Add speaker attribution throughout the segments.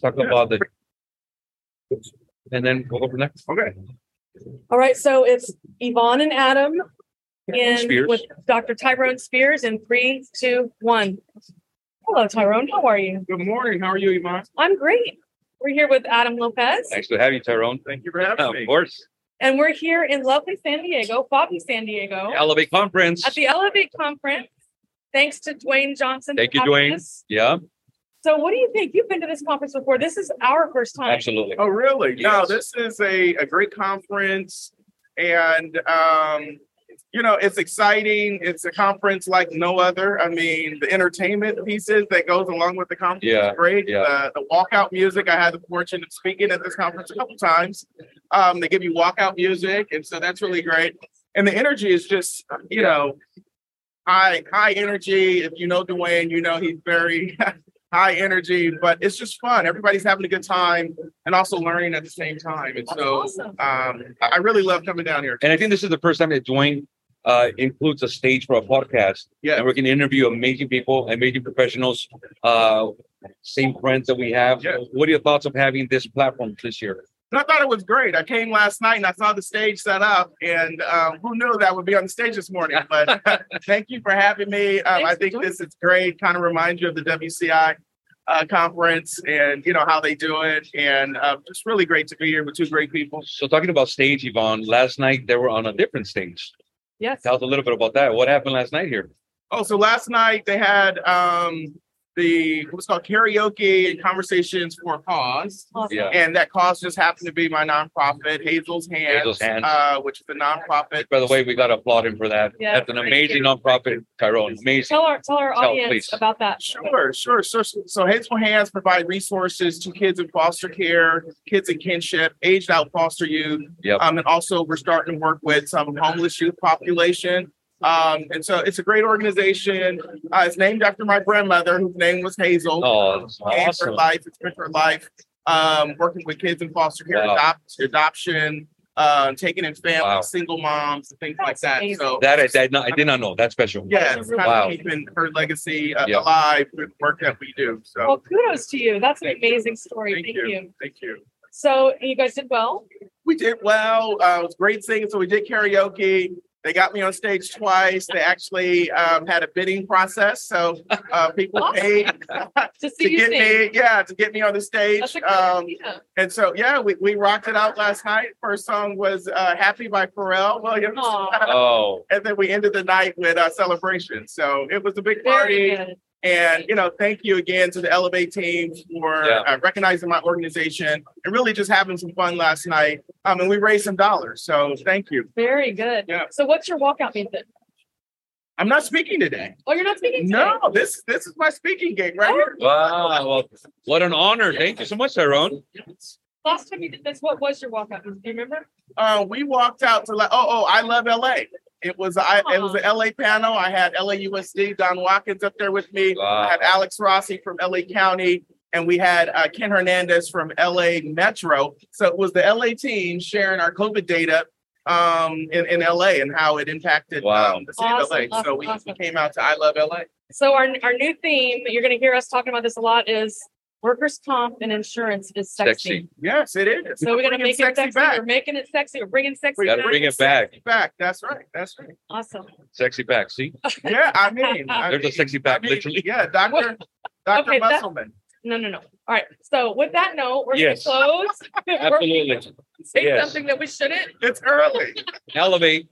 Speaker 1: Talk about the. And then we'll go for next.
Speaker 2: Okay.
Speaker 3: All right, so it's Yvonne and Adam in
Speaker 1: Spears.
Speaker 3: with Dr. Tyrone Spears in three, two, one. Hello, Tyrone. How are you?
Speaker 2: Good morning. How are you, Yvonne?
Speaker 3: I'm great. We're here with Adam Lopez,
Speaker 1: Thanks for having you, Tyrone.
Speaker 2: Thank you for
Speaker 1: Of
Speaker 2: having me.
Speaker 1: course,
Speaker 3: and we're here in lovely San Diego, Bobby, San Diego,
Speaker 1: Elevate Conference.
Speaker 3: Oh. at the Elevate Conference. Thanks to Dwayne Johnson.
Speaker 1: Thank
Speaker 3: for
Speaker 1: you,
Speaker 3: having
Speaker 1: Dwayne.
Speaker 3: us.
Speaker 1: Yeah,
Speaker 3: So, what do you think? You've been to this conference before. This is our first time.
Speaker 1: absolutely.
Speaker 2: Oh, really? No,
Speaker 1: Yes.
Speaker 2: this is a, a great conference. And, um, you know, it's exciting. It's a conference like no other. I mean, the entertainment pieces that goes along with the conference
Speaker 1: Yeah,
Speaker 2: is great.
Speaker 1: yeah.
Speaker 2: The, the walkout music, I had the fortune of speaking at this conference a couple times. Um, they give you walkout music. And so that's really great. And the energy is just, you know, high, high energy. If you know Dwayne, you know he's very high energy, but it's just fun. Everybody's having a good time and also learning at the same time. And
Speaker 3: That's
Speaker 2: so
Speaker 3: awesome.
Speaker 2: um, I I really love coming down here.
Speaker 1: And I think this is the first time that Dwayne uh, includes a stage for a podcast.
Speaker 2: Yeah.
Speaker 1: And we can interview amazing people, amazing professionals, uh, same friends that we have.
Speaker 2: Yeah.
Speaker 1: What are your thoughts of having this platform this year?
Speaker 2: And I thought it was great. I came last night and I saw the stage set up, and um, who knew that would be on the stage this morning? But thank you for having me. Um,
Speaker 3: Thanks
Speaker 2: I
Speaker 3: for
Speaker 2: think
Speaker 3: doing
Speaker 2: this is great. Kind of reminds you of the WCI uh, conference and you know how they do it, and uh, it's really great to be here with two great people.
Speaker 1: So talking about stage, Yvonne, last night they were on a different stage.
Speaker 3: Yes.
Speaker 1: Tell us a little bit about that. What happened last night here?
Speaker 2: Oh, so last night they had um, the what's called karaoke and conversations for a cause.
Speaker 3: Awesome.
Speaker 1: Yeah.
Speaker 2: And that cause just happened to be my nonprofit, Hazel's Hand,
Speaker 1: Hazel's Hand.
Speaker 2: Uh, which is a nonprofit.
Speaker 1: By the way, we got to applaud him for that.
Speaker 3: Yeah.
Speaker 1: That's an amazing nonprofit, Tyrone. Amazing.
Speaker 3: Tell our tell our
Speaker 1: Tell,
Speaker 3: audience
Speaker 1: please.
Speaker 3: about that.
Speaker 2: Sure, sure. So, so Hazel Hands provide resources to kids in foster care, kids in kinship, aged out foster youth.
Speaker 1: Yep.
Speaker 2: Um, and also we're starting to work with some homeless youth population. Um, and so it's a great organization. Uh, it's named after my grandmother, whose name was Hazel.
Speaker 1: Oh, that's
Speaker 2: Game for
Speaker 1: awesome.
Speaker 2: life, it's been for life. Um, working with kids in foster care,
Speaker 1: Wow.
Speaker 2: adopt, adoption, um, taking in families,
Speaker 1: Wow.
Speaker 2: single moms, and things like
Speaker 3: That's
Speaker 2: that.
Speaker 3: amazing.
Speaker 2: So
Speaker 1: That I did not, I did not know. That's special.
Speaker 2: yeah, it's kind
Speaker 1: Wow.
Speaker 2: of keeping her legacy uh,
Speaker 1: Yeah.
Speaker 2: alive with work that we do. So
Speaker 3: Well, kudos to you. That's an
Speaker 2: Thank you.
Speaker 3: amazing story.
Speaker 2: Thank
Speaker 3: Thank,
Speaker 2: you.
Speaker 3: you.
Speaker 2: thank you.
Speaker 3: So you guys did well.
Speaker 2: We did well. Uh, it was great singing. So we did karaoke. They got me on stage twice. They actually um, had a bidding process, so uh, people
Speaker 3: Awesome.
Speaker 2: paid
Speaker 3: To see
Speaker 2: to
Speaker 3: you
Speaker 2: get
Speaker 3: sing.
Speaker 2: me. Yeah, to get me on the stage.
Speaker 3: That's a great
Speaker 2: Um,
Speaker 3: idea.
Speaker 2: And so, yeah, we, we rocked it out last night. First song was uh, Happy by Pharrell Williams.
Speaker 3: Aw.
Speaker 1: Oh,
Speaker 2: And then we ended the night with a celebration. So it was a big
Speaker 3: Very
Speaker 2: party.
Speaker 3: good.
Speaker 2: And, you know, thank you again to the Elevate team for
Speaker 1: Yeah.
Speaker 2: uh, recognizing my organization and really just having some fun last night. Um, and we raised some dollars. So thank you.
Speaker 3: Very good.
Speaker 2: Yeah.
Speaker 3: So what's your walkout method?
Speaker 2: I'm not speaking today.
Speaker 3: Oh, you're not speaking today?
Speaker 2: No, this this is my speaking gig right
Speaker 3: Oh.
Speaker 2: here.
Speaker 1: wow. Well, what an honor. Thank you so much, Tyrone.
Speaker 3: Last time you did this, what was your walkout? method? Do you remember?
Speaker 2: Uh, we walked out to like, oh, oh, I love LA. It was I, it was an
Speaker 3: Aw.
Speaker 2: LA panel. I had LAUSD Don Watkins up there with me. I
Speaker 1: Wow.
Speaker 2: had Alex Rossi from LA County, and we had uh, Ken Hernandez from LA Metro. So it was the LA team sharing our COVID data um, in, in LA and how it impacted
Speaker 1: Wow.
Speaker 2: um, the city
Speaker 3: Awesome,
Speaker 2: of LA. so
Speaker 3: awesome,
Speaker 2: we,
Speaker 3: awesome.
Speaker 2: we came out to I Love LA.
Speaker 3: So our, our new theme, you're going to hear us talking about this a lot, is workers' comp and insurance is sexy.
Speaker 1: Sexy.
Speaker 2: Yes, it is.
Speaker 3: So we're going to
Speaker 2: bringing
Speaker 3: make it sexy.
Speaker 2: back.
Speaker 3: We're making it sexy. We're bringing sexy
Speaker 2: We
Speaker 1: Gotta
Speaker 3: back.
Speaker 1: bring it back.
Speaker 2: Back. That's right. That's right.
Speaker 3: Awesome.
Speaker 1: Sexy back. See,
Speaker 2: Yeah, I mean, I
Speaker 1: there's a
Speaker 2: mean-
Speaker 1: sexy
Speaker 2: I
Speaker 1: back,
Speaker 2: mean,
Speaker 1: literally.
Speaker 2: Yeah, Doctor Doctor
Speaker 3: Okay, that-
Speaker 2: Musselman.
Speaker 3: No, no, no. All right. So with that note, we're
Speaker 1: Yes.
Speaker 3: going to close. We're
Speaker 1: Absolutely.
Speaker 3: Say
Speaker 1: Yes.
Speaker 3: something that we shouldn't.
Speaker 2: It's early.
Speaker 1: Elevate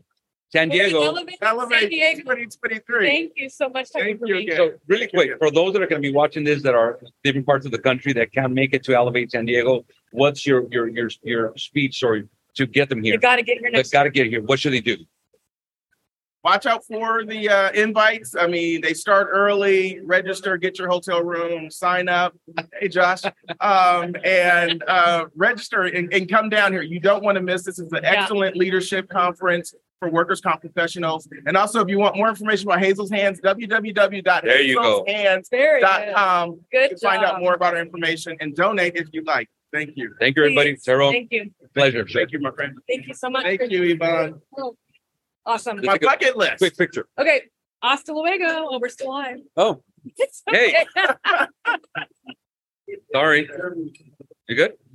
Speaker 1: San
Speaker 3: We're in
Speaker 1: Diego.
Speaker 3: Elevate, San
Speaker 2: Elevate
Speaker 3: Diego.
Speaker 2: 2023.
Speaker 3: Thank you so much. Dr.
Speaker 2: Thank you
Speaker 3: Green.
Speaker 2: again.
Speaker 1: So really quick, for those that are going to be watching this that are different parts of the country that can't make it to Elevate San Diego, what's your your your your speech or to get them
Speaker 3: You
Speaker 1: here?
Speaker 3: got to get your
Speaker 1: They
Speaker 3: next.
Speaker 1: got to get here. What should they do?
Speaker 2: Watch out for the uh, invites. I mean, they start early, register, get your hotel room, sign up. Hey, Josh. Um, and uh, register and, and come down here. You don't want to miss this. It's an
Speaker 3: Yeah.
Speaker 2: excellent leadership conference for workers' comp professionals. And also, if you want more information about Hazel's Hands,
Speaker 1: There you go.
Speaker 2: www.hazelshands.com.
Speaker 3: Very good.
Speaker 2: You
Speaker 3: Good
Speaker 2: can find out
Speaker 3: job.
Speaker 2: more about our information and donate if you like. Thank you.
Speaker 1: Thank you, everybody.
Speaker 3: Please.
Speaker 1: Tyrone,
Speaker 3: Thank you.
Speaker 1: pleasure. sir.
Speaker 2: Thank you, my friend.
Speaker 3: Thank you so much.
Speaker 2: Thank
Speaker 3: for-
Speaker 2: you, Yvonne.
Speaker 3: Awesome.
Speaker 2: My bucket list.
Speaker 1: Quick picture.
Speaker 3: Okay. Hasta luego. Oh, we're still live.
Speaker 1: Oh, hey. Sorry. You good?